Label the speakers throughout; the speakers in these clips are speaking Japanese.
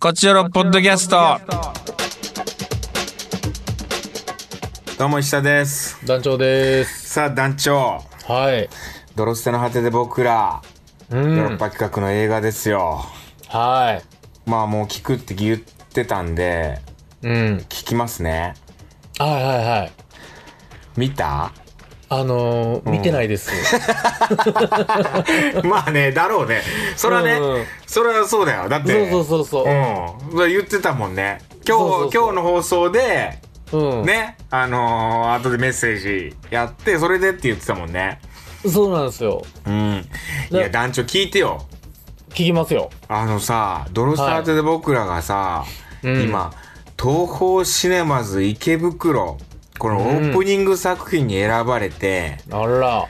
Speaker 1: こちらのポッドキャスト。
Speaker 2: どうも石田です
Speaker 3: 団長です。
Speaker 2: さあ団長
Speaker 3: はい。
Speaker 2: 「ドロステの果て」で僕ら
Speaker 3: う
Speaker 2: ヨーロ
Speaker 3: ん
Speaker 2: ッ。パ企画の映画ですよ、
Speaker 3: は
Speaker 2: まあもう聞くって言ってたんで
Speaker 3: い。うん。
Speaker 2: 聞きますね
Speaker 3: はいはいはい。
Speaker 2: 見た
Speaker 3: あのー、見てない です。
Speaker 2: まあねだろうねそれはね、
Speaker 3: うんうん
Speaker 2: それはそうだよだって
Speaker 3: そうそうそうそう。
Speaker 2: うんそれ言ってたもんね今日
Speaker 3: そうそうそう
Speaker 2: 今日の放送で
Speaker 3: うん。
Speaker 2: ね、あのー後でメッセージやってそれでって言ってたもんね
Speaker 3: そうなんですよ。
Speaker 2: うんいや
Speaker 3: ね
Speaker 2: 団長聞いてよ
Speaker 3: 聞きますよ。
Speaker 2: あのさ「ドロスタート」で僕らがさ、
Speaker 3: うん
Speaker 2: 今東宝シネマズ池袋このオープニング作品に選ばれて、
Speaker 3: あら。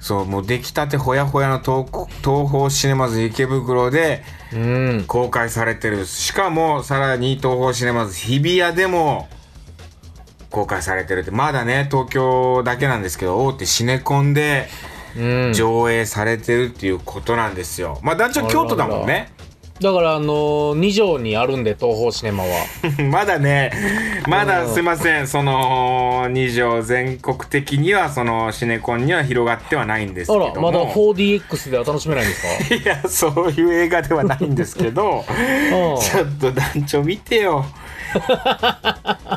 Speaker 2: そうもう出来たてほやほやの東東宝シネマズ池袋で
Speaker 3: うん。
Speaker 2: 公開されてるしかもさらに東宝シネマズ日比谷でも公開されてるってまだね東京だけなんですけど大手シネコンで
Speaker 3: うん。
Speaker 2: 上映されてるっていうことなんですよまあ団長京都だもんね
Speaker 3: だから、あのー、2条にあるんで、東宝シネマは。
Speaker 2: まだね、まだ
Speaker 3: うん
Speaker 2: すいません、その、2条全国的には、その、シネコンには広がってはないんですけ
Speaker 3: あ
Speaker 2: ど
Speaker 3: ら、
Speaker 2: も。
Speaker 3: まだ 4DX では楽しめないんですか
Speaker 2: いや、そういう映画ではないんですけど、ちょっと団長見て よ。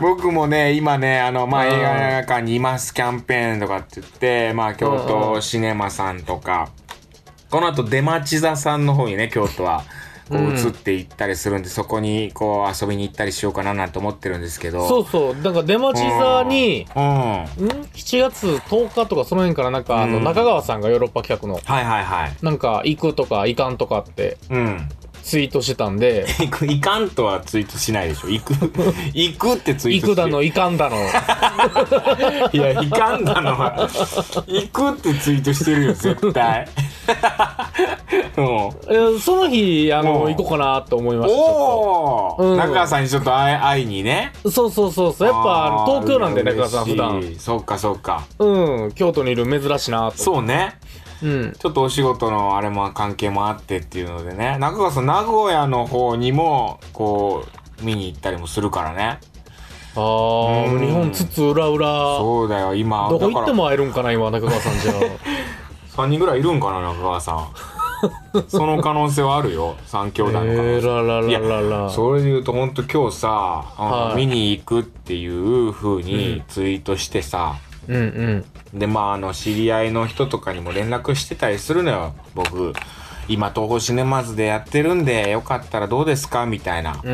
Speaker 2: 僕もね、今ね、あの、まあ、
Speaker 3: うん
Speaker 2: 映画館にいますキャンペーンとかって言って、まあ、京
Speaker 3: うんう
Speaker 2: 都シネマさんとか、この後出町座さんの方にね、京都は。こう
Speaker 3: うん
Speaker 2: 移っていったりするんで、そこにこう遊びに行ったりしようかななんて思ってるんですけど。
Speaker 3: そうそう。なんか、出町座に、
Speaker 2: うん。は
Speaker 3: ん ?7 月10日とかその辺からなんか、あ
Speaker 2: う
Speaker 3: の、
Speaker 2: ん
Speaker 3: 中川さんがヨーロッパ企画の、
Speaker 2: いはいはい。
Speaker 3: なんか、行くとか行かんとかって
Speaker 2: うん。
Speaker 3: ツイートしてたんで、
Speaker 2: 行く、行かんとはツイートしないでしょ。行く、行くってツイートして
Speaker 3: 行くだの、行かん だの。
Speaker 2: いや、行かんだのは。行くってツイートして るよ、絶対。うん。
Speaker 3: えーその日、あの、
Speaker 2: おう
Speaker 3: 行こうかなと思いました。ちょ
Speaker 2: おお、
Speaker 3: うん
Speaker 2: 中川さんにちょっと会い会いにね。
Speaker 3: っとそうそうそうそう。やっぱ、あの東京なんで、中川さん普段。
Speaker 2: 段。そっかそっか。
Speaker 3: うん、京都にいる珍しいなと。
Speaker 2: そうね。
Speaker 3: う。うん。
Speaker 2: ちょっとお仕事のあれも関係もあってっていうのでね。中川さん、名古屋の方にも、こう、見に行ったりもするからね。
Speaker 3: あー、
Speaker 2: うん
Speaker 3: 日本津々浦々。
Speaker 2: そうだよ、今。
Speaker 3: どこ行って
Speaker 2: だから
Speaker 3: も会えるんかな、今、中川さんじゃ。
Speaker 2: 3人ぐらいいるんかな中川さ んその可能性はあるよ3兄
Speaker 3: え
Speaker 2: 弟の可能性、
Speaker 3: ー、らららららら。
Speaker 2: それで言うとほんと今日さ、あの
Speaker 3: はい
Speaker 2: 見に行くっていう風にツイートしてさ、
Speaker 3: うんうん。
Speaker 2: でまああの知り合いの人とかにも連絡してたりするのよ僕今東宝シネマズでやってるんでよかったらどうですかみたいな、
Speaker 3: うん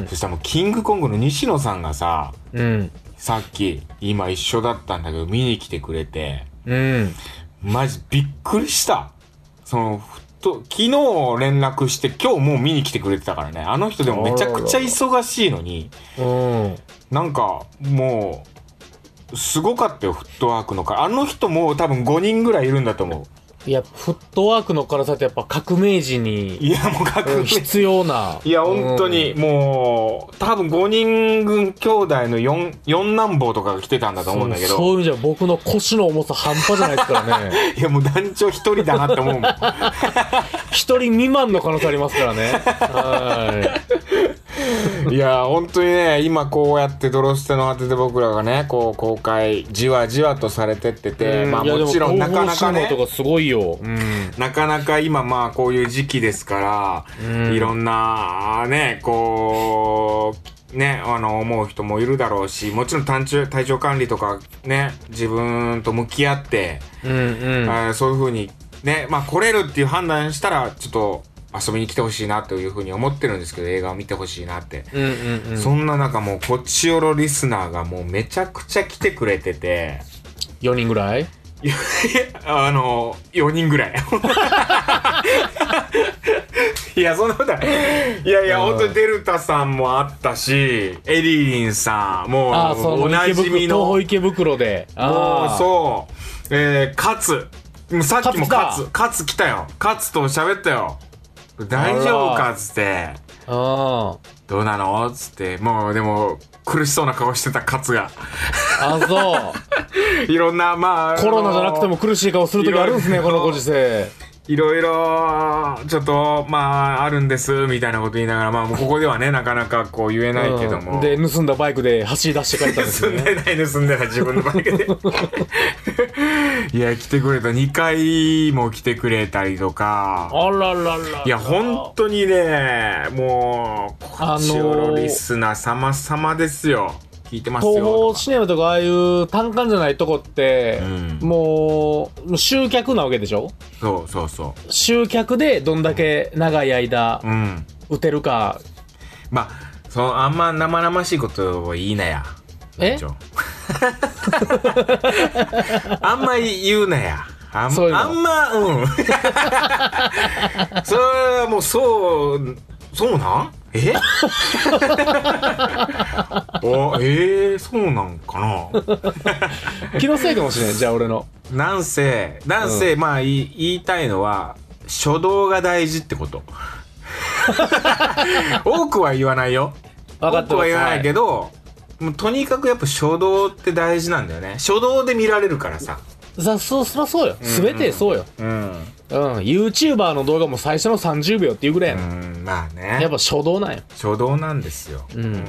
Speaker 3: うん
Speaker 2: そしたらもうキングコングの西野さんがさ
Speaker 3: うん。うん。
Speaker 2: さっき今一緒だったんだけど見に来てくれて
Speaker 3: うん。
Speaker 2: マジびっくりした。その、ふっと、昨日連絡して今日もう見に来てくれてたからね。あの人でもめちゃくちゃ忙しいのに、
Speaker 3: うん。
Speaker 2: なんかもう、すごかったよ、フットワークのから。あの人もう多分5人ぐらいいるんだと思
Speaker 3: いや、フットワークの辛さってやっぱ革命時
Speaker 2: う。
Speaker 3: に、
Speaker 2: いや、もう
Speaker 3: う
Speaker 2: 確
Speaker 3: ん
Speaker 2: 実。
Speaker 3: 必要な。
Speaker 2: いや、本当に、もう、多分5人分兄弟の4、四男坊とかが来てたんだと思うんだけ
Speaker 3: そうそうい
Speaker 2: ど、
Speaker 3: う意味じゃ僕の腰の重さ半端じゃないですからね
Speaker 2: いや、もう団長一人だなって思うもん。
Speaker 3: 一人未満の可能性ありますからねはい
Speaker 2: いやー本当にね今こうやって「ドロステの果て」で僕らがねこう公開じわじわとされてってて、まあ
Speaker 3: い やで
Speaker 2: もちろんなかなか
Speaker 3: 東
Speaker 2: ね
Speaker 3: 方神話とかすごいようん
Speaker 2: なかなか今まあこういう時期ですから、
Speaker 3: うん
Speaker 2: いろんなねこうねあの思う人もいるだろうしもちろん体調体調管理とかね自分と向き合って、
Speaker 3: うん
Speaker 2: あーそういうふうにねまあ来れるっていう判断したらちょっと遊びに来てほしいなというふうに思ってるんですけど映画を見てほしいなって。
Speaker 3: うんうんうん
Speaker 2: そんな中もうこっちよろリスナーがもうめちゃくちゃ来てくれてて、
Speaker 3: 4人ぐらい
Speaker 2: いやあの、4人ぐらい。 いや、そんなことない。いやいや、
Speaker 3: うん
Speaker 2: ほんとデルタさんもあったし、エリリンさん、も
Speaker 3: ああ
Speaker 2: う、
Speaker 3: その
Speaker 2: おな
Speaker 3: 池
Speaker 2: じ
Speaker 3: 袋
Speaker 2: み
Speaker 3: 東
Speaker 2: の、も
Speaker 3: 方
Speaker 2: う
Speaker 3: 池袋でああ
Speaker 2: そう、えー、カツ。もうさっきもカ
Speaker 3: カ
Speaker 2: ツ、
Speaker 3: ツ来た
Speaker 2: カツ来たよ。カツと喋ったよ。大丈夫
Speaker 3: あ
Speaker 2: か
Speaker 3: ら
Speaker 2: っつって。
Speaker 3: あ
Speaker 2: どうなのつって、もうでも、苦しそうな顔してたカツが。
Speaker 3: ああそう
Speaker 2: いろんな、まあ。
Speaker 3: コロナじゃなくても
Speaker 2: あ
Speaker 3: 苦しい顔する時あるんです
Speaker 2: い
Speaker 3: ね
Speaker 2: ろ
Speaker 3: こ
Speaker 2: いろ
Speaker 3: のご時世
Speaker 2: いろいろ、ちょっと、まあ、あるんです、みたいなこと言いながら、まあ、もうここではね、なかなかこう言えないけども。
Speaker 3: で、盗んだバイクで走り出して帰ったんです
Speaker 2: 盗
Speaker 3: よ
Speaker 2: ん
Speaker 3: ね。
Speaker 2: でない盗んでない自分のバイクでいや来てくれた2回も来てくれたりとか
Speaker 3: あらららら。
Speaker 2: いや本当にねもうこっちおろリスナー様様ですよ聞いてます
Speaker 3: 東
Speaker 2: よ
Speaker 3: 宝シネマとかああいう単館じゃないとこって、
Speaker 2: うん
Speaker 3: もうもう集客なわけでしょ
Speaker 2: そうそうそ
Speaker 3: 集客でどんだけ長い間
Speaker 2: ううん
Speaker 3: 打てるか、
Speaker 2: まあそのあんま生々しいことを言いなや
Speaker 3: え
Speaker 2: 団長 あんまり言うなやあん
Speaker 3: そういうの
Speaker 2: あんまうん それはもうそうそうなんえ おえー、そうなんかな
Speaker 3: 気のせいかもしれないじゃあ俺の
Speaker 2: なんせなんせ、まあい言いたいのは初動が大事ってこと 多くは言わないよ
Speaker 3: 分かって
Speaker 2: 僕
Speaker 3: ま
Speaker 2: は
Speaker 3: す
Speaker 2: 言わない
Speaker 3: は
Speaker 2: けど、もうとにかくやっぱ初動って大事なんだよね初動で見られるからさ
Speaker 3: いさそそりゃそうよ全てそうよ、
Speaker 2: うん、
Speaker 3: うん YouTuber の動画も最初の30秒っていうぐらいやね
Speaker 2: うん、まあ
Speaker 3: やっ
Speaker 2: ね
Speaker 3: ぱ初動なんよ
Speaker 2: 初動なんですよ、
Speaker 3: うん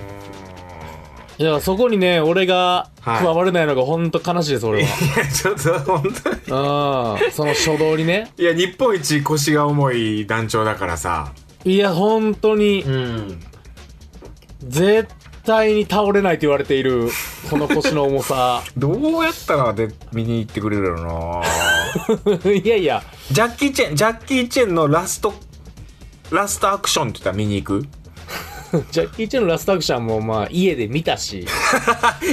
Speaker 3: いやそこにね俺が
Speaker 2: はい
Speaker 3: 加われないのが本当悲しいです
Speaker 2: い
Speaker 3: 俺
Speaker 2: やちょっと本当に
Speaker 3: はうんその初動にね
Speaker 2: いや日本一腰が重い団長だからさ
Speaker 3: いや本当に
Speaker 2: うん
Speaker 3: 絶対に倒れないと言われているこの腰の重さ
Speaker 2: どうやったらで見に行ってくれるやろな
Speaker 3: いやいや
Speaker 2: ジャッキー・チェンジャッキー・チェンのラストラストアクションって言ったら見に行く
Speaker 3: ジャッキー・チェンのラストアクションもまあ家で見たし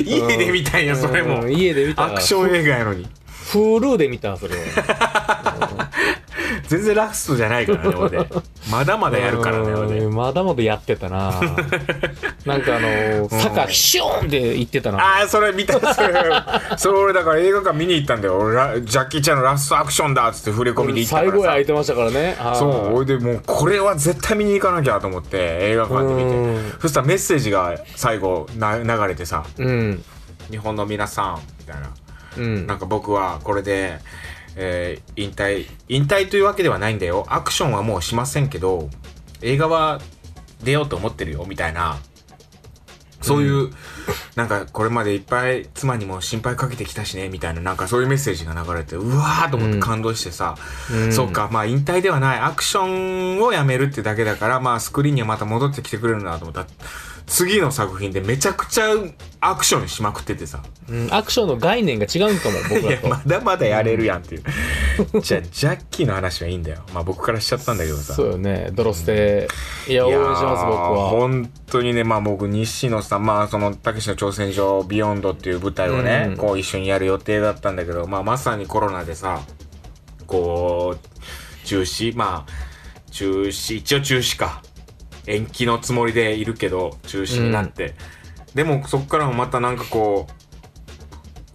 Speaker 2: 家で見たんやそれも
Speaker 3: うん家で見た
Speaker 2: アクション映画やのに
Speaker 3: Hulu で見たそれ
Speaker 2: 全然ラストじゃないからね俺でまだまだやるからね俺
Speaker 3: う
Speaker 2: で
Speaker 3: んまだまだやって たななんかあの坂ヒシューンって言ってたな
Speaker 2: ああそれ見たそれそれ俺だから映画館見に行ったんだよ俺ラジャッキー・チェンのラストアクションだっつって触れ込みで行ったか
Speaker 3: 最
Speaker 2: ら
Speaker 3: 後へ空
Speaker 2: さ
Speaker 3: いてましたからねはい
Speaker 2: そう俺でもうこれは絶対見に行かなきゃと思って映画館で見
Speaker 3: う
Speaker 2: てそしたらメッセージが最後な流れてさ
Speaker 3: うん
Speaker 2: 「日本の皆さん」みたいな
Speaker 3: うん
Speaker 2: なんか僕はこれで、えー引退、引退というわけではないんだよ。アクションはもうしませんけど、映画は出ようと思ってるよ、みたいな。そういう、なんかこれまでいっぱい妻にも心配かけてきたしね、みたいな、なんかそういうメッセージが流れて、うわーと思って感動してさ、
Speaker 3: うん
Speaker 2: そっか、まあ引退ではない、アクションをやめるってだけだから、まあスクリーンにはまた戻ってきてくれるなと思った。次の作品でめちゃくちゃアクションしまくっててさ。
Speaker 3: うんアクションの概念が違うんかも僕
Speaker 2: い
Speaker 3: ら
Speaker 2: や
Speaker 3: と
Speaker 2: まだまだやれるやんっ ていうじゃあジャッキーの話はいいんだよまあ僕からしちゃったんだけどさ
Speaker 3: そうよねドロステいや応
Speaker 2: い
Speaker 3: 援
Speaker 2: や
Speaker 3: し
Speaker 2: ー
Speaker 3: ます僕は
Speaker 2: 本当にねまあ僕西野さんまあそのたけしの挑戦状ビヨンドっていう舞台をね、
Speaker 3: うん
Speaker 2: こう一緒にやる予定だったんだけどまあまさにコロナでさこう中止まあ中止一応中止か延期のつもりでいるけど中止になって、でもそっからもまたなんかこう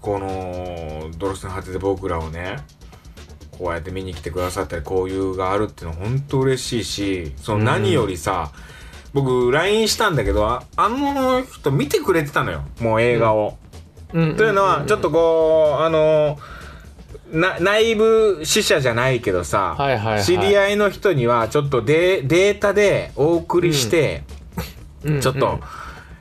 Speaker 2: この「ドロスの果て」で僕らをねこうやって見に来てくださったり交流があるっていうのは本当嬉しいしその何よりさ、僕 LINE したんだけどああの人見てくれてたのよもう映画を。
Speaker 3: うん
Speaker 2: というのはちょっとこうあのな内部死者じゃないけどさ、
Speaker 3: はいはいはい
Speaker 2: 知り合いの人にはちょっとデデータでお送りして、ちょっと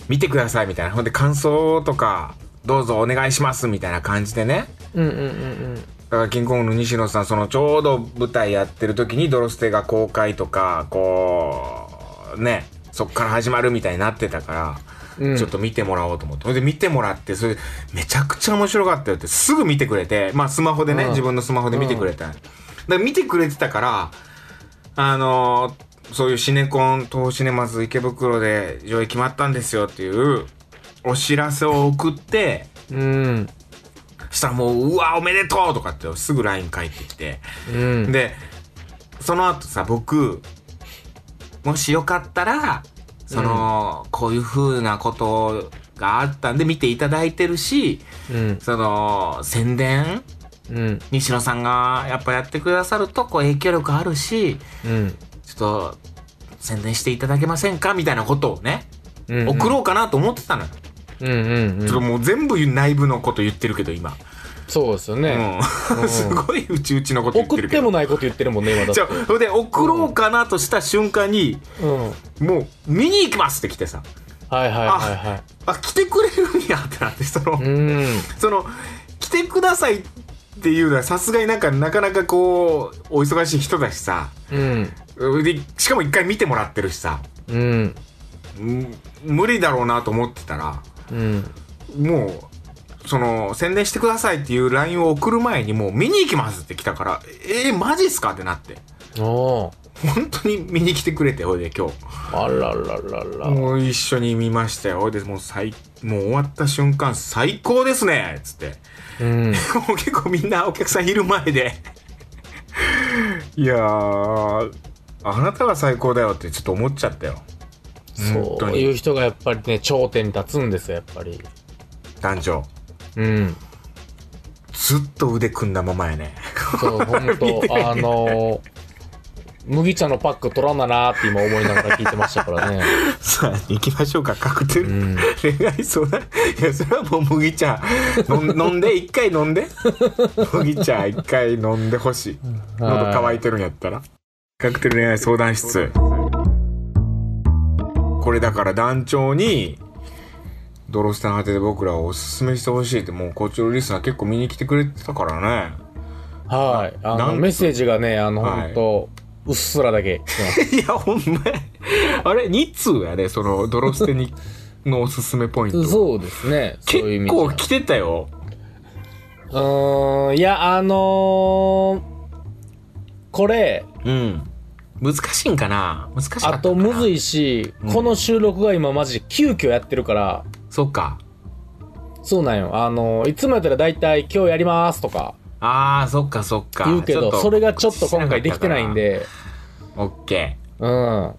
Speaker 2: 見てくださいみたいなほんで感想とかどうぞお願いしますみたいな感じでね
Speaker 3: うんうんうんうん
Speaker 2: だからキングコングの西野さんそのちょうど舞台やってる時に「ドロステ」が公開とかこうねそっから始まるみたいになってたから。
Speaker 3: うん
Speaker 2: ちょっと見てもらおうと思って。それで見てもらって、それでめちゃくちゃ面白かったよって、すぐ見てくれて、まあスマホでね、
Speaker 3: うん
Speaker 2: 自分のスマホで見てくれた。だから見てくれてたから、あのーそういうシネコン、東シネマズ池袋で上映決まったんですよっていうお知らせを送って、
Speaker 3: うん
Speaker 2: したらもう、うわ、おめでとうとかってすぐ LINE 返ってきて。
Speaker 3: うん
Speaker 2: で、その後さ、僕、もしよかったら、その、こういう風なことがあったんで見ていただいてるし、
Speaker 3: うん
Speaker 2: その、宣伝
Speaker 3: うん
Speaker 2: 西野さんがやっぱやってくださると、こう影響力あるし、
Speaker 3: うん
Speaker 2: ちょっと、宣伝していただけませんかみたいなことをね、
Speaker 3: うん
Speaker 2: 送ろうかなと思ってたのよ。
Speaker 3: うんうんうん
Speaker 2: ちょっともう全部内部のこと言ってるけど、今。
Speaker 3: そうですよね。
Speaker 2: うん、 すごいうちうちのこと言って
Speaker 3: 送
Speaker 2: る
Speaker 3: っ
Speaker 2: け
Speaker 3: て
Speaker 2: ど
Speaker 3: もないこと言ってるもんね、今だっ
Speaker 2: じ
Speaker 3: て
Speaker 2: ゃ。あそれで送ろうかなとした瞬間に
Speaker 3: うん。はい
Speaker 2: もう見に行きますって来てさ
Speaker 3: はいはいは
Speaker 2: あ来てくれるんやってなってその、
Speaker 3: い。うん。
Speaker 2: その来てくださいっていうのはさすがになんかなかなかこうお忙しい人だしさ
Speaker 3: うん。
Speaker 2: でしかも一回見てもらってるしさ
Speaker 3: うん。
Speaker 2: うん無理だろうなと思ってたら
Speaker 3: うん。
Speaker 2: もうその宣伝してくださいっていう LINE を送る前にもう見に行きますって来たからえー、マジっすかってなって
Speaker 3: おー
Speaker 2: 本当に見に来てくれてほいで今日
Speaker 3: あらららら。
Speaker 2: もう一緒に見ましたよほいでもう最もう終わった瞬間最高ですねっつって
Speaker 3: うん。
Speaker 2: もう結構みんなお客さんいる前で いやーあなたが最高だよってちょっと思っちゃったよ本
Speaker 3: そ
Speaker 2: 当
Speaker 3: う
Speaker 2: に
Speaker 3: いう人がやっぱりね、頂点に立つんですよ、やっぱり。
Speaker 2: 団長
Speaker 3: うん。
Speaker 2: ずっと腕組んだままやね
Speaker 3: そう、ほんと、あのー、麦茶のパック取らななーって今思いながら聞いてましたからね。
Speaker 2: さあ行きましょうかカクテル、
Speaker 3: うん。
Speaker 2: 恋愛相談いやそれはもう麦茶飲ん 飲んで一回飲んで麦茶一回飲んでほしい喉乾いてるんやったらカクテル恋愛相談室これだから団長にドロスタン果てで僕らをおすすめしてほしいってもうこっちのリスナー結構見に来てくれてたからね
Speaker 3: はい。あ
Speaker 2: なん
Speaker 3: の、メッセージがね、あの、
Speaker 2: はい
Speaker 3: ほんと、うっすらだけ来て ます。
Speaker 2: いやほんまやあれ2通やねそのドロステにのおすすめポ イント
Speaker 3: そうですね。そうい
Speaker 2: 結
Speaker 3: う意味で
Speaker 2: 構来てたよ
Speaker 3: うーん、いや、あのーこれ、
Speaker 2: うん。難しいんかな難しかったかな
Speaker 3: あとむず。いし、
Speaker 2: うん
Speaker 3: この収録が今マジで急遽やってるから、
Speaker 2: そうか。
Speaker 3: そうなんよ。あのーいつもやったら大体今日やりますとか
Speaker 2: ああ、そっかそっか。
Speaker 3: 言うけ
Speaker 2: ちょ
Speaker 3: ど
Speaker 2: っ、と
Speaker 3: それがちょっと今回できてないん。で、
Speaker 2: オッケ
Speaker 3: うん。
Speaker 2: ー。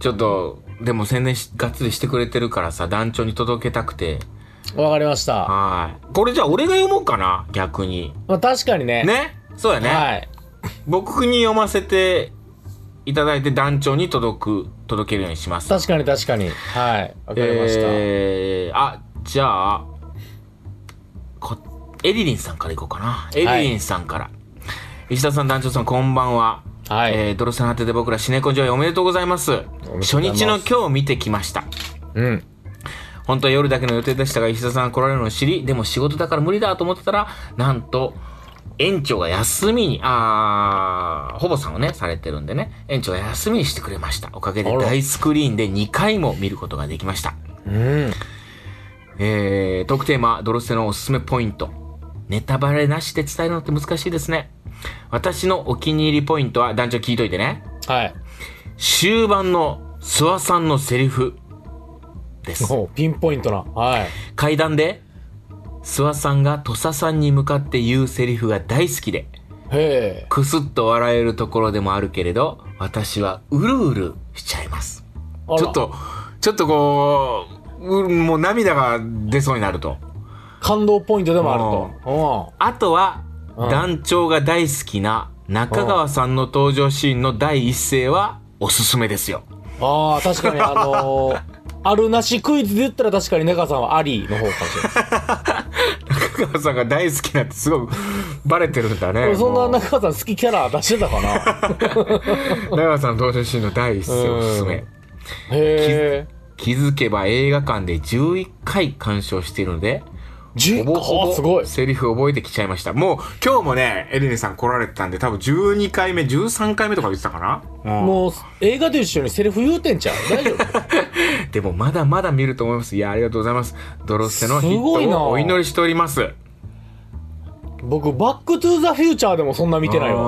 Speaker 2: ちょっと、でも宣伝し、がっつりしてくれてるからさ、団長に届けたくて。
Speaker 3: わかりました。
Speaker 2: はーい。これじゃあ俺が読もうかな逆に。
Speaker 3: まあ確かにね。
Speaker 2: ねそうやね。
Speaker 3: はい。
Speaker 2: 僕に読ませていただいて団長に届く、届けるようにします。
Speaker 3: 確かに確かに。はい。わかりました。
Speaker 2: えー、あじゃあこエリリンさんからいこうかなエリリンさんから、石田さん団長さんこんばんは、
Speaker 3: はい。
Speaker 2: えー、ドロさん果てで僕らシネコ上映おめでとうございます
Speaker 3: ございます
Speaker 2: 初日の今日見てきました
Speaker 3: うん。
Speaker 2: 本当は夜だけの予定でしたが石田さん来られるのを知りでも仕事だから無理だと思ってたらなんと園長が休みにあーほぼさんをねされてるんでね園長が休みにしてくれましたおかげで
Speaker 3: あら
Speaker 2: 大スクリーンで2回も見ることができました
Speaker 3: うん。
Speaker 2: えー、トークテーマ、ドロステのおすすめポイント。ネタバレなしで伝えるのって難しいですね。私のお気に入りポイントは、団長聞いといてね。
Speaker 3: はい。
Speaker 2: 終盤の諏訪さんのセリフです。
Speaker 3: おピンポイントな。はい。
Speaker 2: 階段で、諏訪さんが土佐さんに向かって言うセリフが大好きで、
Speaker 3: へえ。
Speaker 2: くすっと笑えるところでもあるけれど、私はうるうるしちゃいます。
Speaker 3: あら
Speaker 2: ちょっ。と、ちょっとこう、うもう涙が出そうになると。
Speaker 3: 感動ポイントでもあると。
Speaker 2: あとは、
Speaker 3: うん
Speaker 2: 団長が大好きな中川さんの登場シーンの第一声はおすすめですよ。
Speaker 3: うん。ああ、確かにあの ーあるなしクイズで言ったら確かに中川さんはありの方かもしれない
Speaker 2: 中川さんが大好きなんてすごくバレてるんだ
Speaker 3: で
Speaker 2: ね。
Speaker 3: も。そん
Speaker 2: も
Speaker 3: な
Speaker 2: う
Speaker 3: 中川さん好きキャラ出してた かな
Speaker 2: 中川さんの登場シーンの第一声おすすめ
Speaker 3: う。へえ。
Speaker 2: 気づけば映画館で11回鑑賞しているので、
Speaker 3: 10
Speaker 2: ほぼほ
Speaker 3: 個すご
Speaker 2: ぼ
Speaker 3: い。
Speaker 2: セリフ覚えてきちゃいました。もう今日もね、エレネさん来られてたんで多分12回目、13回目とか言ってたかな、うん
Speaker 3: もう映画と一緒にセリフ言うてんちゃう大丈夫
Speaker 2: でもまだまだ見ると思います。いや、ありがとうございます。ドロッセのヒッ
Speaker 3: すごい
Speaker 2: ト
Speaker 3: な
Speaker 2: をお祈りしております。
Speaker 3: 僕、バックトゥーザフューチャーでもそんな見てないわ。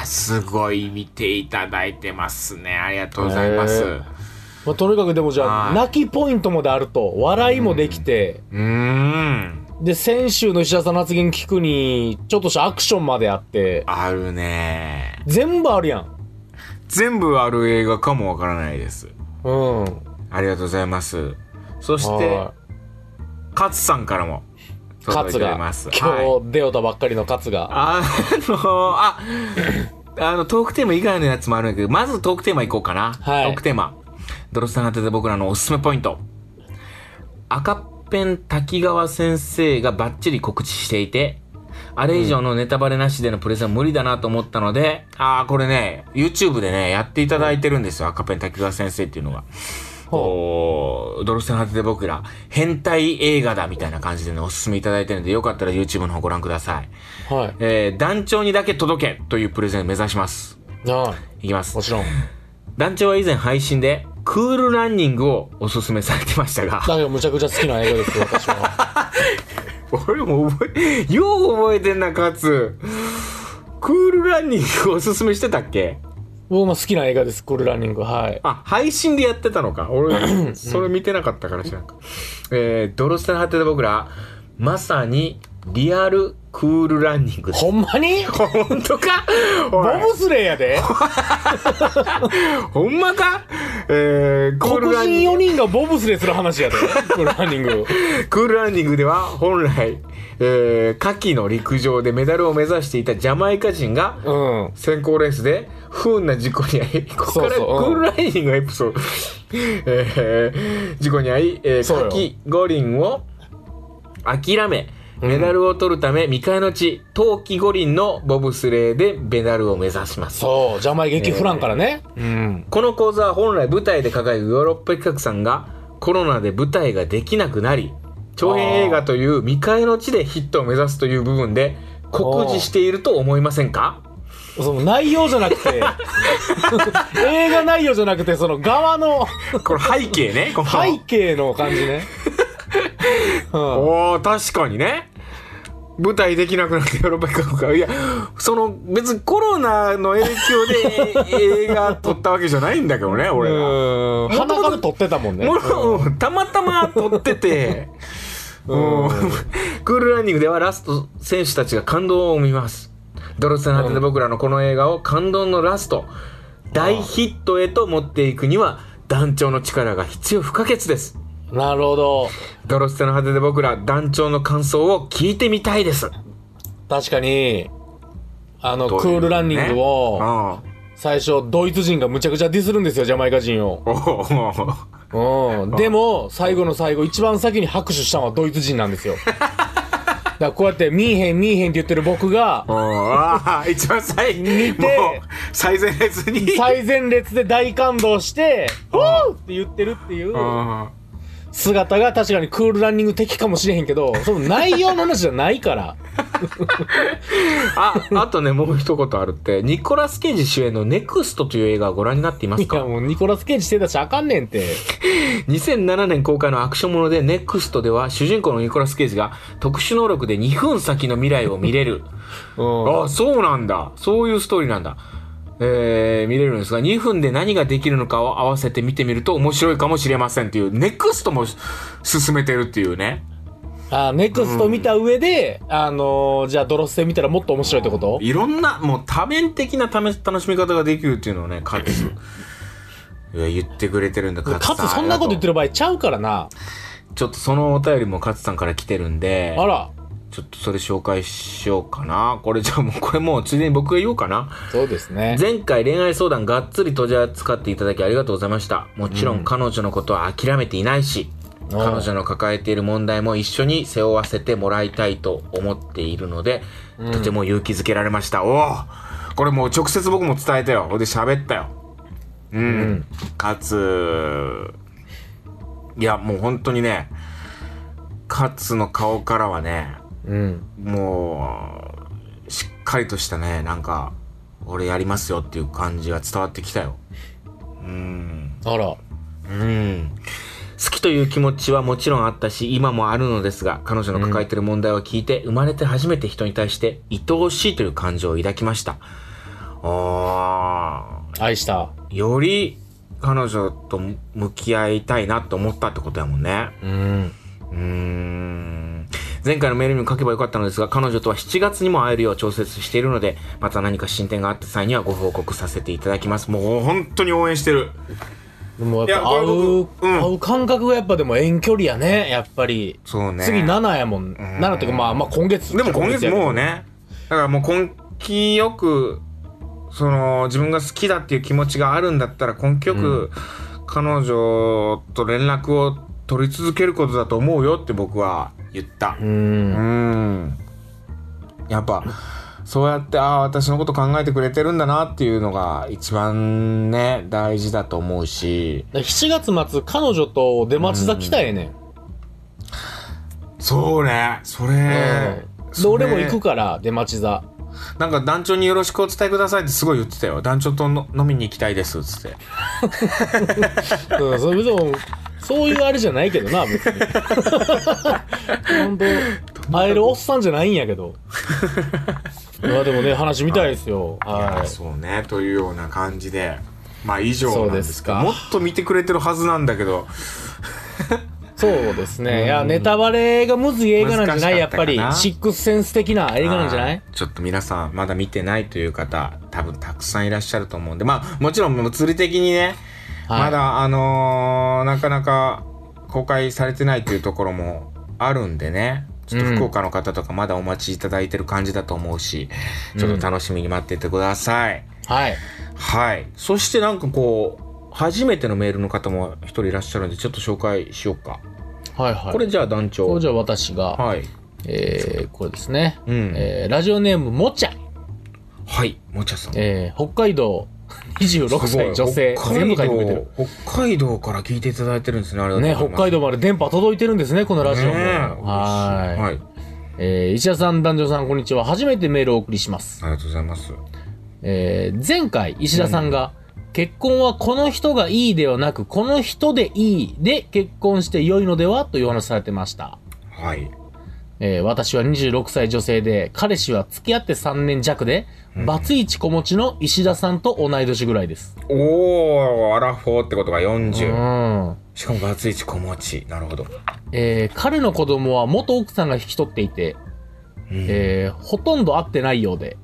Speaker 2: あーすごい見ていただいてますね。ありがとうございます。
Speaker 3: へ
Speaker 2: う
Speaker 3: ーまあ、とにかくでもじゃ
Speaker 2: は
Speaker 3: あ、
Speaker 2: い
Speaker 3: 泣きポイントもであると、笑いもできて、
Speaker 2: ーん。
Speaker 3: で、先週の石田さんの発言聞くに、ちょっとしたアクションまであって、
Speaker 2: あるね。
Speaker 3: 全部あるやん。
Speaker 2: 全部ある映画かもわからないです。
Speaker 3: うん。
Speaker 2: ありがとうございます。そして
Speaker 3: は、
Speaker 2: 勝さんからも
Speaker 3: い
Speaker 2: 届
Speaker 3: カ
Speaker 2: い
Speaker 3: ツ
Speaker 2: てお
Speaker 3: が、
Speaker 2: ります。はい
Speaker 3: 今日出よったばっかりのカツが。
Speaker 2: あのあ、あの、トークテーマ以外のやつもあるんだけど、まずトークテーマいこうかな。
Speaker 3: はい
Speaker 2: トークテーマ。ドロスさんが当てて僕らのおすすめポイント。赤っ編滝川先生がバッチリ告知していて、あれ以上のネタバレなしでのプレゼン無理だなと思ったので、ああ、これね、YouTube でね、やっていただいてるんですよ。赤ペン滝川先生っていうのが。
Speaker 3: ほ
Speaker 2: こう、ドルセン果てで僕ら、変態映画だみたいな感じでね、おすすめいただいてるんで、よかったら YouTube の方ご覧ください。
Speaker 3: う。はい。
Speaker 2: えー、団長にだけ届けというプレゼン目指します。
Speaker 3: はい
Speaker 2: きます
Speaker 3: い。も。ちろん。
Speaker 2: 団長は以前配信で、クールランニングをおすすめされてました が、
Speaker 3: だけどむちゃくちゃ好きな映画ですよ、私は。
Speaker 2: 俺も覚え、よう覚えてんな、かつ。クールランニングおすすめしてたっけ
Speaker 3: 僕も好きな映画です、クールランニング。はい。
Speaker 2: あ、配信でやってたのか。 俺、それ見てなかったから知らんか。えー、ドロスタの果てで僕ら、まさにリアルクールランニングです。
Speaker 3: ほんまに
Speaker 2: 本当かお
Speaker 3: ボ
Speaker 2: い
Speaker 3: ブスレー やで
Speaker 2: ほんまかえー、クー
Speaker 3: 黒
Speaker 2: ルランニング。
Speaker 3: 人4人がボブスレーする話やで。クールランニング。
Speaker 2: クールランニングでは本来、えー、夏季の陸上でメダルを目指していたジャマイカ人が
Speaker 3: うん。
Speaker 2: 先行レースで不運な事故に遭い、ここからク
Speaker 3: そうそうう
Speaker 2: ー
Speaker 3: ん
Speaker 2: ルランニングのエピソード、えー事故に遭い、え
Speaker 3: そう
Speaker 2: ー、
Speaker 3: よ
Speaker 2: 夏季五輪を諦め、メダルを取るため未開の地、冬季五輪のボブスレーでメダルを目指します。
Speaker 3: そう、ジャマイカ行きフランからね。うん。
Speaker 2: この講座は本来舞台で輝くヨーロッパ企画さんがコロナで舞台ができなくなり長編映画という未開の地でヒットを目指すという部分で酷似していると思いませんか
Speaker 3: その内容じゃなく て、映画内容じゃなくて、その側の
Speaker 2: これ背景 ね。この
Speaker 3: 背景の感じ ね。うん
Speaker 2: おー確かにね。舞台できなくなってヨーロッパ企画が。いや、その別にコロナの影響で映画撮ったわけじゃないんだけどね、俺が。
Speaker 3: うん。鼻から撮ってたもんね。
Speaker 2: もう、たまたま撮ってて、うん、クールランニングではラスト選手たちが感動を見ます。ドロスの果てで僕らのこの映画を感動のラスト、大ヒットへと持っていくには、団長の力が必要不可欠です。
Speaker 3: なるほど。
Speaker 2: ドロステの果てで僕ら団長の感想を聞いてみたいです。
Speaker 3: 確かに、あの、クールランニングを、
Speaker 2: を。
Speaker 3: 最初、ドイツ人がむちゃくちゃディスるんですよ、ジャマイカ人を。
Speaker 2: うん。おお。
Speaker 3: うん。でも、最後の最後、一番先に拍手したのはドイツ人なん ですよ。だからこうやって、見えへん見えへんって言ってる僕が、
Speaker 2: おお。ああ、一番最、
Speaker 3: 見て
Speaker 2: もう、最前列に。
Speaker 3: 最前列で大感動して、おーって言ってるっていう
Speaker 2: うん
Speaker 3: 姿が確かにクールランニング的かもしれへんけど、その内容の話じゃないから。
Speaker 2: あ、あとね、もう一言あるって、ニコラス・ケイジ主演のネクストという映画をご覧になっていま
Speaker 3: い
Speaker 2: す
Speaker 3: や
Speaker 2: か
Speaker 3: もうニコラス・ケイジしてたしあかんねんって。
Speaker 2: ?2007 年公開のアクションもので、ネクストでは主人公のニコラス・ケイジが特殊能力で2分先の未来を見れ る。
Speaker 3: うん。
Speaker 2: あ、そうなんだ。そういうストーリーなんだ。えー、見れるんですが、2分で何ができるのかを合わせて見てみると面白いかもしれませんっていう、ネクストも進めてるっていうね。
Speaker 3: あ、ネクスト見た上で、あのー、じゃあドロステ見たらもっと面白いってこと
Speaker 2: いろんな、もう多面的なため楽しみ方ができるっていうのをね、カツ。いや、言ってくれてるんだ、
Speaker 3: かつそんなこと言って
Speaker 2: る。
Speaker 3: る場合ちゃうからな。
Speaker 2: ちょっとそのお便りもカツさんから来てるんで、
Speaker 3: あら、
Speaker 2: ちょっとそれ紹介しようかな。これじゃあもう、これもうついでに僕が言おうかな。
Speaker 3: そうですね。
Speaker 2: 前回恋愛相談がっつり取り扱っていただきありがとうございました。もちろん彼女のことは諦めていないし、
Speaker 3: うん
Speaker 2: 彼女の抱えている問題も一緒に背負わせてもらいたいと思っているので、とても勇気づけられました。おおこれもう直接僕も伝えたよ。ほんで喋ったよ。うん。かつ、いやもう本当にね、かつの顔からはね、
Speaker 3: うん。
Speaker 2: もう、しっかりとしたね、なんか、俺やりますよっていう感じが伝わってきたよ。うん。
Speaker 3: あら、
Speaker 2: うん。好きという気持ちはもちろんあったし、今もあるのですが、彼女の抱えてる問題を聞いて、生まれて初めて人に対して、愛おしいという感情を抱きました。あ
Speaker 3: 愛した。
Speaker 2: ー、より彼女と向き合いたいなと思ったってことやもんね。
Speaker 3: うん。
Speaker 2: うーん前回のメールにも書けばよかったのですが、彼女とは7月にも会えるよう調節しているので、また何か進展があった際にはご報告させていただきます。もう本当に応援してる。
Speaker 3: でもやっ
Speaker 2: い
Speaker 3: ぱ
Speaker 2: やこ
Speaker 3: 会
Speaker 2: れ
Speaker 3: う、
Speaker 2: 僕うん
Speaker 3: 会う感覚がやっぱでも遠距離やね、やっぱり。
Speaker 2: そうね。
Speaker 3: 次7やもん。7っていうかまあまあ今月。
Speaker 2: でも今月もう。ね、だからもう根気よく、その自分が好きだっていう気持ちがあるんだったら根気よく彼女と連絡を取り続けることだと思うよって僕は言った。
Speaker 3: う。
Speaker 2: うんん。やっぱ、そうやって、ああ、私のこと考えてくれてるんだなっていうのが一番ね、大事だと思うし。
Speaker 3: 7月末、彼女と出町座来たええねん。
Speaker 2: そうね。それ。
Speaker 3: で、
Speaker 2: それ
Speaker 3: 俺も行くから、出町座。
Speaker 2: なんか団長によろしくお伝えくださいってすごい言ってたよ。団長との飲みに行きたいですっつって。
Speaker 3: うん、それ別に、そういうあれじゃないけどな、別 に。本当会えるおっさんじゃないんやけど。いや、でもね、話見たいですよ。
Speaker 2: いや
Speaker 3: は
Speaker 2: ー
Speaker 3: い。
Speaker 2: そうねというような感じでまあ以上なんですけど
Speaker 3: そう
Speaker 2: も
Speaker 3: で
Speaker 2: っと見てくれてるはずなんだけど
Speaker 3: そうですね。いや、ネタバレがむずい映画なんじゃない
Speaker 2: 難しか
Speaker 3: やっ
Speaker 2: っ
Speaker 3: ぱ
Speaker 2: たか
Speaker 3: り
Speaker 2: な。
Speaker 3: シックスセンス的な映画なんじゃない
Speaker 2: あーちょっと皆さんまだ見てないという方多分たくさんいらっしゃると思うんでまあもちろん物理的にね、
Speaker 3: はい
Speaker 2: まだあのーなかなか公開されてないというところもあるんでねちょっと
Speaker 3: うん
Speaker 2: 福岡の方とかまだお待ちいただいてる感じだと思うし、ちょっと楽しみに待っててください。
Speaker 3: はい。
Speaker 2: はい。そしてなんかこう、初めてのメールの方も一人いらっしゃるんで、ちょっと紹介しようか。
Speaker 3: はいはい。
Speaker 2: これじゃあ団
Speaker 3: こ
Speaker 2: 長
Speaker 3: れ。じゃあ私が、
Speaker 2: はい。
Speaker 3: えー、これですね。
Speaker 2: うん
Speaker 3: えーラジオネーム、もちゃ。
Speaker 2: はい。もちゃさん。
Speaker 3: えー、北海道26
Speaker 2: すごい
Speaker 3: 歳女性。
Speaker 2: 北
Speaker 3: 全
Speaker 2: 海
Speaker 3: 部書いてくれて
Speaker 2: 道
Speaker 3: る。、
Speaker 2: 北海道から聞いていただいてるんですね。あれ
Speaker 3: ね、北海
Speaker 2: 道
Speaker 3: 道まで電波届いてるんですね、このラジオも。
Speaker 2: ねえ
Speaker 3: はーい。
Speaker 2: はい。
Speaker 3: えー、石田さん、男女さん、こんにちは。初めてメールをお送りします。
Speaker 2: ありがとうございます。
Speaker 3: えー、前回、石田さんが、結婚はこの人がいいではなく、この人でいいで結婚して良いのではというお話されてました。
Speaker 2: はい。
Speaker 3: えー、私は26歳女性で、彼氏は付き合って3年弱で、バツイチ子持ちの石田さんと同い年ぐらいです。
Speaker 2: おー、アラフォーってことが
Speaker 3: う
Speaker 2: 40。
Speaker 3: ん。
Speaker 2: しかもバツイチ子持ち。なるほど。
Speaker 3: えー彼の子供は元奥さんが引き取っていて、えーほとんど会ってないようで、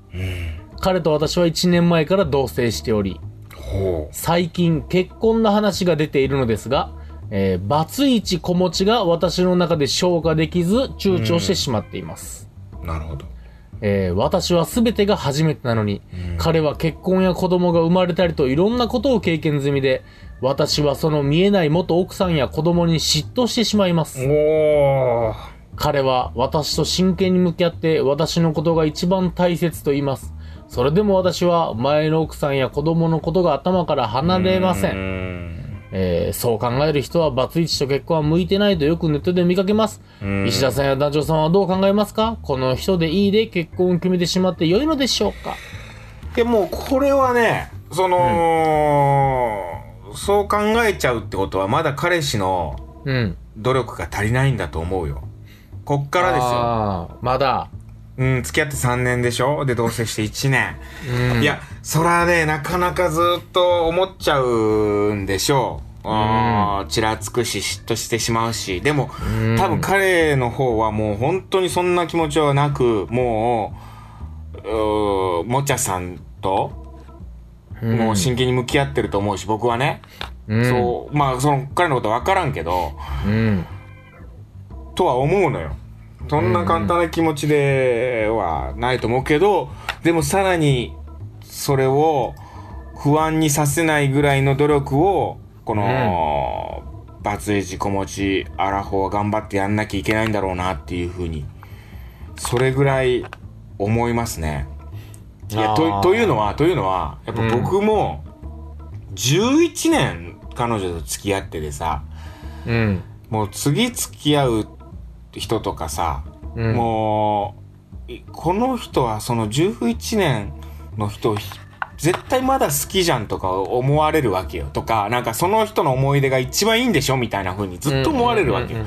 Speaker 3: 彼と私は1年前から同棲しており、
Speaker 2: ほ
Speaker 3: 最近結婚の話が出ているのですが、えーバツイチ子持ちが私の中で消化できず躊躇してしまっています。
Speaker 2: う。なるほど。
Speaker 3: えー私は全てが初めてなのに、彼は結婚や子供が生まれたりといろんなことを経験済みで、私はその見えない元奥さんや子供に嫉妬してしまいます。
Speaker 2: おー。
Speaker 3: 彼は私と真剣に向き合って私のことが一番大切と言います。それでも私は前の奥さんや子供のことが頭から離れませ。
Speaker 2: うんん。
Speaker 3: えーそう考える人はバツイチと結婚は向いてないとよくネットで見かけます。
Speaker 2: ん
Speaker 3: 石田さんや団長さんはどう考えますかこの人でいいで結婚を決めてしまって良いのでしょうか
Speaker 2: でもうこれはねその、そう考えちゃうってことはまだ彼氏の
Speaker 3: うん。
Speaker 2: 努力が足りないんだと思うよこっからですよ、
Speaker 3: あーまだ。
Speaker 2: うん、付き合って3年でしょで同棲して1年、
Speaker 3: うん
Speaker 2: いやそらねなかなかずっと思っちゃうんでしょうあーちらつくし嫉妬してしまうしでも
Speaker 3: うん
Speaker 2: 多分彼の方はもう本当にそんな気持ちはなくもううーもちゃさんともう真剣に向き合ってると思うし、僕はね、
Speaker 3: うん
Speaker 2: そう、まあ、その、彼のことは分からんけど、
Speaker 3: うん。
Speaker 2: とは思うのよ。そんな簡単な気持ちではないと思うけど、でもさらに、それを不安にさせないぐらいの努力を、この、バツイチ子持ち、アラフォーは頑張ってやんなきゃいけないんだろうなっていうふうに、それぐらい思いますね。いや
Speaker 3: あ
Speaker 2: と
Speaker 3: ー
Speaker 2: というのはというのはやっぱ僕も11年彼女と付き合っててさ
Speaker 3: うん。
Speaker 2: もう次付き合う人とかさ、
Speaker 3: うん
Speaker 2: もういこの人はその11年の人をひ絶対まだ好きじゃんとか思われるわけよとかなんかその人の思い出が一番いいんでしょみたいな風にずっと思われるわけよ。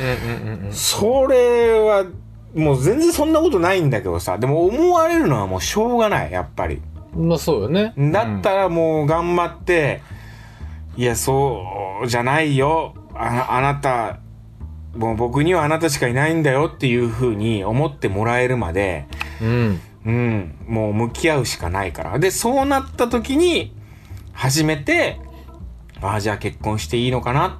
Speaker 3: うんうんうんうんうん
Speaker 2: それはもう全然そんなことないんだけどさでも思われるのはもうしょうがないやっぱり。
Speaker 3: うん。まあそうよね。
Speaker 2: だったらもう頑張って、いや、そうじゃないよ。ああなた、もう僕にはあなたしかいないんだよっていうふうに思ってもらえるまで、
Speaker 3: うん。
Speaker 2: うん、もう向き合うしかないから。で、そうなった時に、初めて、ああ、じゃあ結婚していいのかな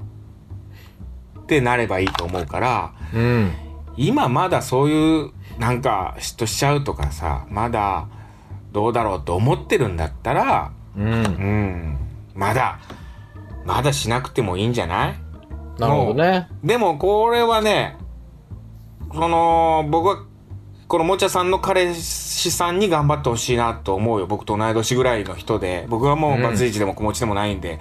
Speaker 2: ってなればいいと思うから、
Speaker 3: うん。
Speaker 2: 今まだそういうなんか嫉妬しちゃうとかさまだどうだろうと思ってるんだったら
Speaker 3: うん。
Speaker 2: うんまだまだしなくてもいいんじゃない
Speaker 3: なるほどね。
Speaker 2: でもこれはねその僕はこのもちゃさんの彼氏さんに頑張ってほしいなと思うよ僕と同い年ぐらいの人で僕はも
Speaker 3: う
Speaker 2: うんバツイチでも子持ちでもないんで、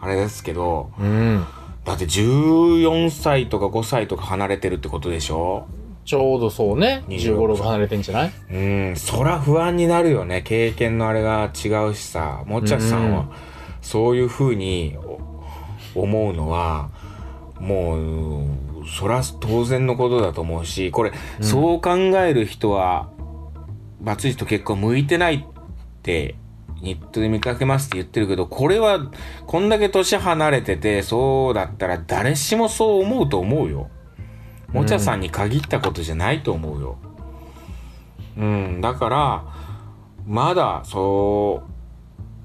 Speaker 2: あれですけど
Speaker 3: うん。
Speaker 2: だって14歳とか5歳とか離れてるってことでしょ
Speaker 3: ちょうどそうね。
Speaker 2: 25
Speaker 3: 15、6離れてんじゃない
Speaker 2: うんそら不安になるよね経験のあれが違うしさもちゃさん
Speaker 3: う
Speaker 2: は
Speaker 3: ん
Speaker 2: そういうふうにお思うのはもううんそら当然のことだと思うしこれ、
Speaker 3: うん
Speaker 2: そう考える人はバツイチと結婚向いてないってネットで見かけますって言ってるけどこれはこんだけ年離れててそうだったら誰しもそう思うと思うよ。もちゃさんに限ったことじゃないと思うよ。うん、だから、まだ、そ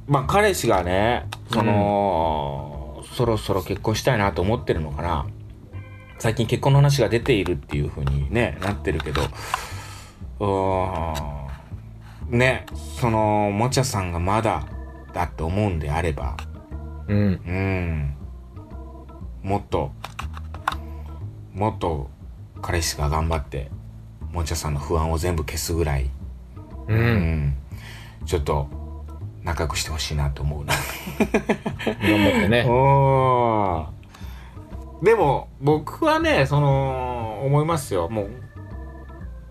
Speaker 2: う、まあ彼氏がね、その、そろそろ結婚したいなと思ってるのかな。最近結婚の話が出ているっていう風にね、なってるけど、うーん、ね、その、もちゃさんがまだだって思うんであれば、
Speaker 3: うん。
Speaker 2: うん。もっと、もっと彼氏が頑張って、もんちゃさんの不安を全部消すぐらい、
Speaker 3: う。
Speaker 2: うんん。ちょっと、仲良くしてほしいなと思うな。
Speaker 3: 頑張ってね。
Speaker 2: おーでも、僕はね、その、思いますよ。もう、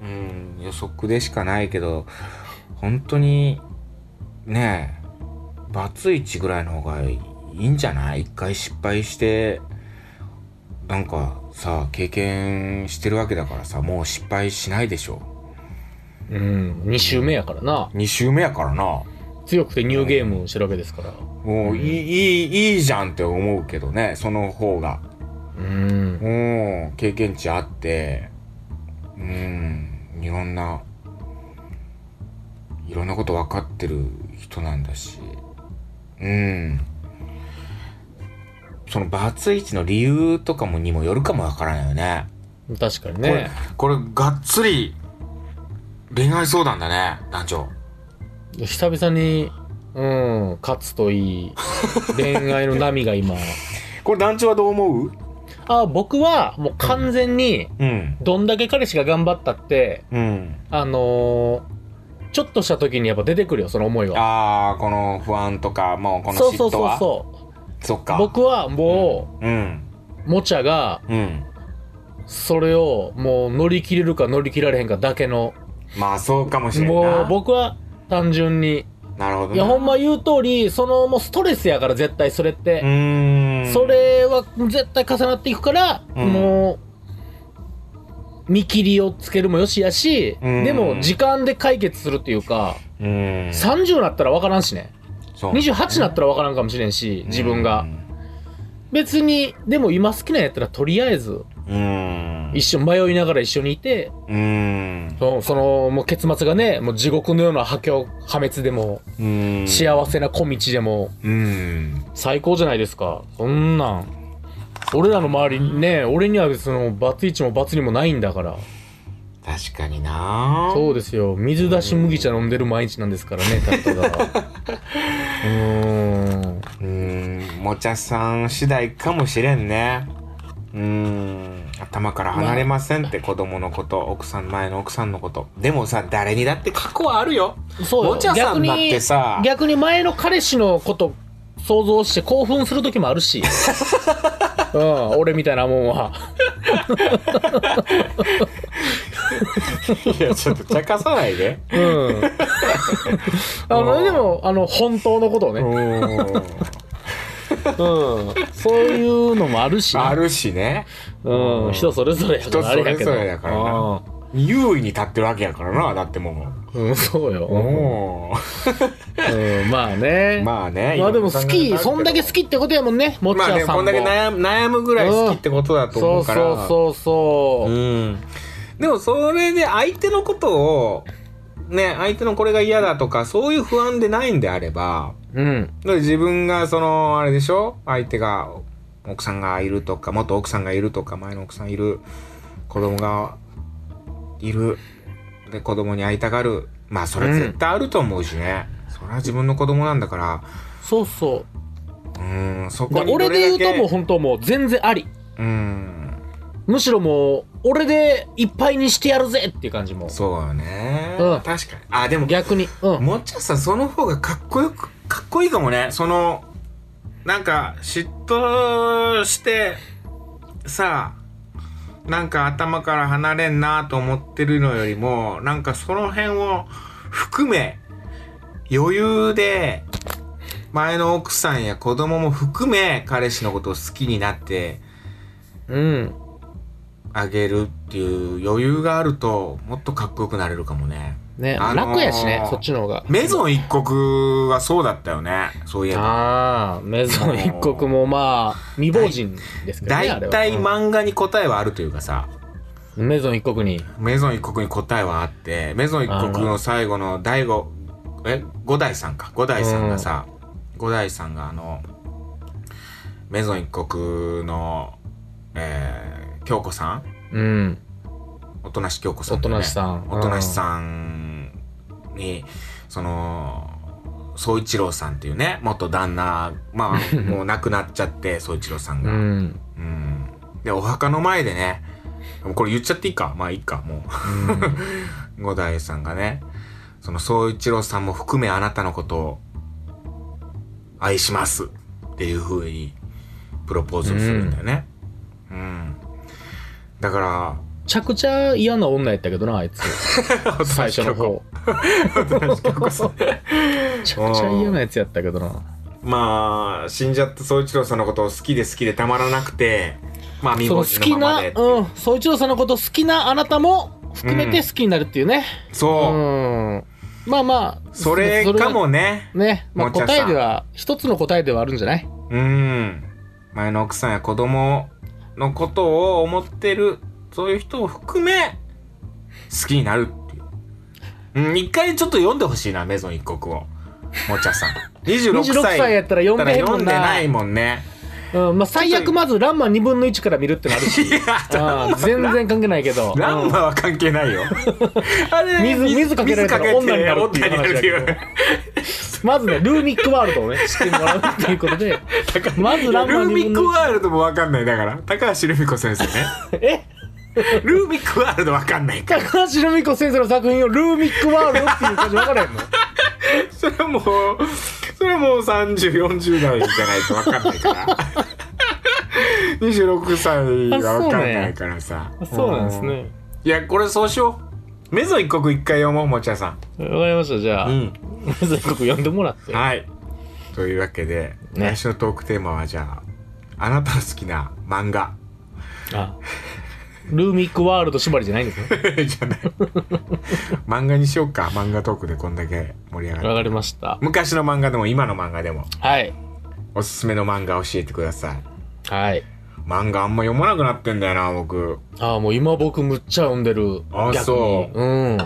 Speaker 2: うん、予測でしかないけど、本当に、ねえ、バツイチぐらいの方がいいんじゃない一回失敗して、なんかさ、経験してるわけだからさ、もう失敗しないでしょ。
Speaker 3: うん。2周目やからな。
Speaker 2: 2周目やからな。
Speaker 3: 強くてニューゲームをしてるわけですから。
Speaker 2: もういい、いい、いいじゃんって思うけどね、その方が。
Speaker 3: うん。
Speaker 2: うん、経験値あって、うん、いろんな、いろんなこと分かってる人なんだし、うん。そのバツイチの理由とかもにもよるかもわからないよね。
Speaker 3: 確かにね。
Speaker 2: これ、これがっつり恋愛相談だね、団長。
Speaker 3: 久々に、うん、勝つといい。恋愛の波が今。
Speaker 2: これ団長はどう思う
Speaker 3: あ、僕はもう完全に、
Speaker 2: うん。
Speaker 3: どんだけ彼氏が頑張ったって、
Speaker 2: うん。
Speaker 3: あのーちょっとした時にやっぱ出てくるよ、その思いは。
Speaker 2: ああ、この不安とか、もうこの
Speaker 3: そう
Speaker 2: 嫉
Speaker 3: そう
Speaker 2: 妬
Speaker 3: そう
Speaker 2: は。う
Speaker 3: そう。
Speaker 2: そっか。
Speaker 3: 僕はも
Speaker 2: うん。
Speaker 3: う、もちゃが、
Speaker 2: うん。
Speaker 3: それをもう乗り切れるか乗り切られへんかだけの。
Speaker 2: まあそうかもしれんない。
Speaker 3: もう僕は単純に。
Speaker 2: なるほど、ね。
Speaker 3: いや、ほんま言う通り、そのもうストレスやから絶対それっ
Speaker 2: う
Speaker 3: て。
Speaker 2: ーん。
Speaker 3: そ。れは絶対重なっていくから、
Speaker 2: うん
Speaker 3: もう、見切りをつけるもよしやし、
Speaker 2: うん
Speaker 3: でも時間で解決するっていうか、
Speaker 2: うーん。
Speaker 3: 30なったらわからんしね。
Speaker 2: そう
Speaker 3: 28になったら分からんかもしれんし、自分が。。別に、でも今好きなんやったらとりあえず、
Speaker 2: うーん。
Speaker 3: 一緒迷いながら一緒にいて、
Speaker 2: うーん。
Speaker 3: その、そのもう結末がね、もう地獄のような破境、破滅でも、
Speaker 2: うーん。
Speaker 3: 幸せな小道でも、
Speaker 2: うーん。
Speaker 3: 最高じゃないですか。そんなん。俺らの周りにね、俺には別の、バツイチもバツにもないんだから。
Speaker 2: 確かにな
Speaker 3: そうですよ。水出し麦茶飲んでる毎日なんですから ね、ただただ。うーん。
Speaker 2: うーん。もちゃさん次第かもしれんね。うーん。頭から離れませんって、子供のこと、奥さん前の奥さんのこと。でもさ、誰にだって過去はあるよ。
Speaker 3: そうよ
Speaker 2: もちゃさんだってさ
Speaker 3: 逆に前の彼氏のこと想像して興奮する時もある しうん俺みたいなもんはい
Speaker 2: や、ちょっと茶化さないで。
Speaker 3: うんあ
Speaker 2: う
Speaker 3: の
Speaker 2: ん
Speaker 3: でもあの本当のことを
Speaker 2: う
Speaker 3: ね、うん、
Speaker 2: ーん。
Speaker 3: そういうのもあるし ね
Speaker 2: あるしね。
Speaker 3: うん、人それぞれやからあれやけ
Speaker 2: 人そ
Speaker 3: ど
Speaker 2: れぞれやからな優位に立ってるわけやからな、だっても
Speaker 3: うん、うんそうよ、
Speaker 2: う。おー。
Speaker 3: うん、まあねま
Speaker 2: まあね。
Speaker 3: あ、でも好きそんだけ好
Speaker 2: き。
Speaker 3: きってことやもんねもっち
Speaker 2: まあ
Speaker 3: ゃ
Speaker 2: ね、
Speaker 3: さん
Speaker 2: こ
Speaker 3: も、
Speaker 2: んだけ悩む悩むぐらい好きってことだと
Speaker 3: そ
Speaker 2: 思う
Speaker 3: う
Speaker 2: から。
Speaker 3: そうそうそう、
Speaker 2: うん。でもそれで相手のことを、ね、相手のこれが嫌だとか、そういう不安でないんであれば、
Speaker 3: うん
Speaker 2: だから自分がその、あれでしょ相手が、奥さんがいるとか、元奥さんがいるとか、前の奥さんいる、子供がいる、で、子供に会いたがる。まあ、それは絶対あると思うしね。それは自分の子供なんだから、
Speaker 3: そうそう
Speaker 2: うん、そこ
Speaker 3: だ
Speaker 2: に
Speaker 3: 俺
Speaker 2: ど
Speaker 3: で
Speaker 2: れ
Speaker 3: 言
Speaker 2: だ
Speaker 3: うと
Speaker 2: け
Speaker 3: もう本当もう全然あり
Speaker 2: うん
Speaker 3: むしろもう、俺でいっぱいにしてやるぜっていう感じも。
Speaker 2: そうよね、
Speaker 3: うん
Speaker 2: 確かにあでも
Speaker 3: 逆に。うん。
Speaker 2: もっちゃんさんその方がかっこよくかっこいいかもねそのなんか嫉妬してさなんか頭から離れんなと思ってるのよりもなんかその辺を含め余裕で前の奥さんや子供も含め彼氏のことを好きになって
Speaker 3: うん。
Speaker 2: あげるっていう余裕があるともっとかっこよくなれるかもね
Speaker 3: ね、
Speaker 2: あのー
Speaker 3: 楽やしね、そっちの方が。
Speaker 2: メゾン一国はそうだったよねそういえば
Speaker 3: ああ、メゾン一国もまあ、未亡人ですけどね、あれ
Speaker 2: 大
Speaker 3: は。
Speaker 2: 体
Speaker 3: うん
Speaker 2: 漫画に答えはあるというかさ、
Speaker 3: メゾン一国に。
Speaker 2: メゾン一国に答えはあって、メゾン一国の最後の第五、え、五代さんか。五代さんがさ、五代さんがあの、メゾン一国の、えー、京子さん
Speaker 3: うん。
Speaker 2: おとなし京子さんだよ、
Speaker 3: おとなしさん
Speaker 2: おとなしさんに、その、宗一郎さんっていうね、元旦那、まあ、もう亡くなっちゃって、宗一郎さん
Speaker 3: う
Speaker 2: が。
Speaker 3: ん。
Speaker 2: うん。で、お墓の前でね、もうこれ言っちゃっていいかまあいいか、もう。 五代さんがね、その、総一郎さんも含めあなたのことを愛しますっていう風にプロポーズをするんだよね。うん。だか
Speaker 3: めちゃくちゃ嫌な女やったけどな、あいつ。
Speaker 2: ら、
Speaker 3: 最初の方。 めちゃくちゃ嫌なやつやったけどな。
Speaker 2: まあ、死んじゃった総一郎さんのことを好きで好きでたまらなくて、まあ、見
Speaker 3: その好
Speaker 2: 星
Speaker 3: き
Speaker 2: のまま
Speaker 3: な、
Speaker 2: で。
Speaker 3: うん、総一郎さんのこと好きなあなたも含めて好きになるっていうね。う
Speaker 2: そう。
Speaker 3: ん。まあまあ、
Speaker 2: それかもね。
Speaker 3: ね、まあ、
Speaker 2: もちゃさ
Speaker 3: 答
Speaker 2: ん
Speaker 3: えでは一つの答えではあるんじゃない
Speaker 2: うん。前の奥さんや子供のことを思ってる、そういう人を含め、好きになるっていう。うん、一回ちょっと読んでほしいな、メゾン一国を。もちゃ さん。26
Speaker 3: 26
Speaker 2: 歳。
Speaker 3: 歳やったら読んでへんも
Speaker 2: 読
Speaker 3: ん
Speaker 2: んでな
Speaker 3: ない
Speaker 2: もんね。
Speaker 3: うんまあ、最悪まず「ランマ」2分の1から見るってのあるし
Speaker 2: いや、
Speaker 3: ああ全然関係ないけど
Speaker 2: ランマは関係ないよ。あれ
Speaker 3: 水水かけられたら
Speaker 2: 水かけて
Speaker 3: 女になるっていう話だけど
Speaker 2: 女になるっ
Speaker 3: うんまずねルーミックワールド をね知ってもらうっていうことでま
Speaker 2: てい
Speaker 3: ず
Speaker 2: う
Speaker 3: 「ランマ
Speaker 2: ル」ー
Speaker 3: 2
Speaker 2: ビ
Speaker 3: 分
Speaker 2: ック
Speaker 3: の1
Speaker 2: ワールドもわかんない。だから、高橋留美子先生ね。
Speaker 3: え
Speaker 2: ルービックワールドわかんないから。
Speaker 3: 高橋留美子先生の作品を「ルーミックワールド」っていう感じ分からへ んの
Speaker 2: それはもう、それはもう3040代じゃないと分かんないから。26歳が分かんないからさ。
Speaker 3: そうなんですね
Speaker 2: いや、これそうしよう。メゾン一国一回読もう、もちゃさ
Speaker 3: わかりましたじゃ
Speaker 2: ん。
Speaker 3: あ、
Speaker 2: うん。
Speaker 3: まず一国読んでもらって
Speaker 2: はい。というわけで、
Speaker 3: ね
Speaker 2: 来週のトークテーマはじゃあ、あなたの好きな漫画。
Speaker 3: あルーミックワールド縛りじゃないんですね
Speaker 2: じゃない。漫画にしようか。漫画トークでこんだけ盛り上が
Speaker 3: わ
Speaker 2: る。
Speaker 3: かりました
Speaker 2: 昔の漫画でも今の漫画でも、
Speaker 3: はい
Speaker 2: おすすめの漫画教えてください。
Speaker 3: はい
Speaker 2: 漫画あんま読まなくなってんだよな、僕。
Speaker 3: ああもう今僕むっちゃ読んでる
Speaker 2: あそう
Speaker 3: うん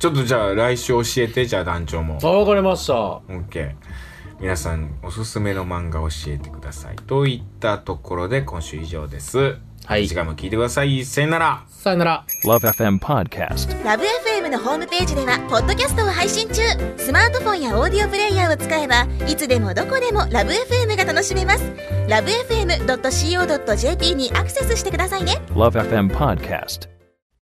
Speaker 2: ちょっとじゃあ来週教えてじゃあ団長も。
Speaker 3: あ、わかりました。
Speaker 2: OK。皆さんおすすめの漫画教えてください。といったところで今週以上です。
Speaker 3: はい
Speaker 2: 次回も聞いてください。さよなら。
Speaker 3: さよなら。
Speaker 1: Love FM Podcast.
Speaker 4: ラブ f m のホームページではポッドキャストを配信中スマートフォンやオーディオプレイヤーを使えばいつでもどこでもラブ f m が楽しめますラブ FM.co.jp にアクセスしてくださいね
Speaker 1: Love FM Podcast.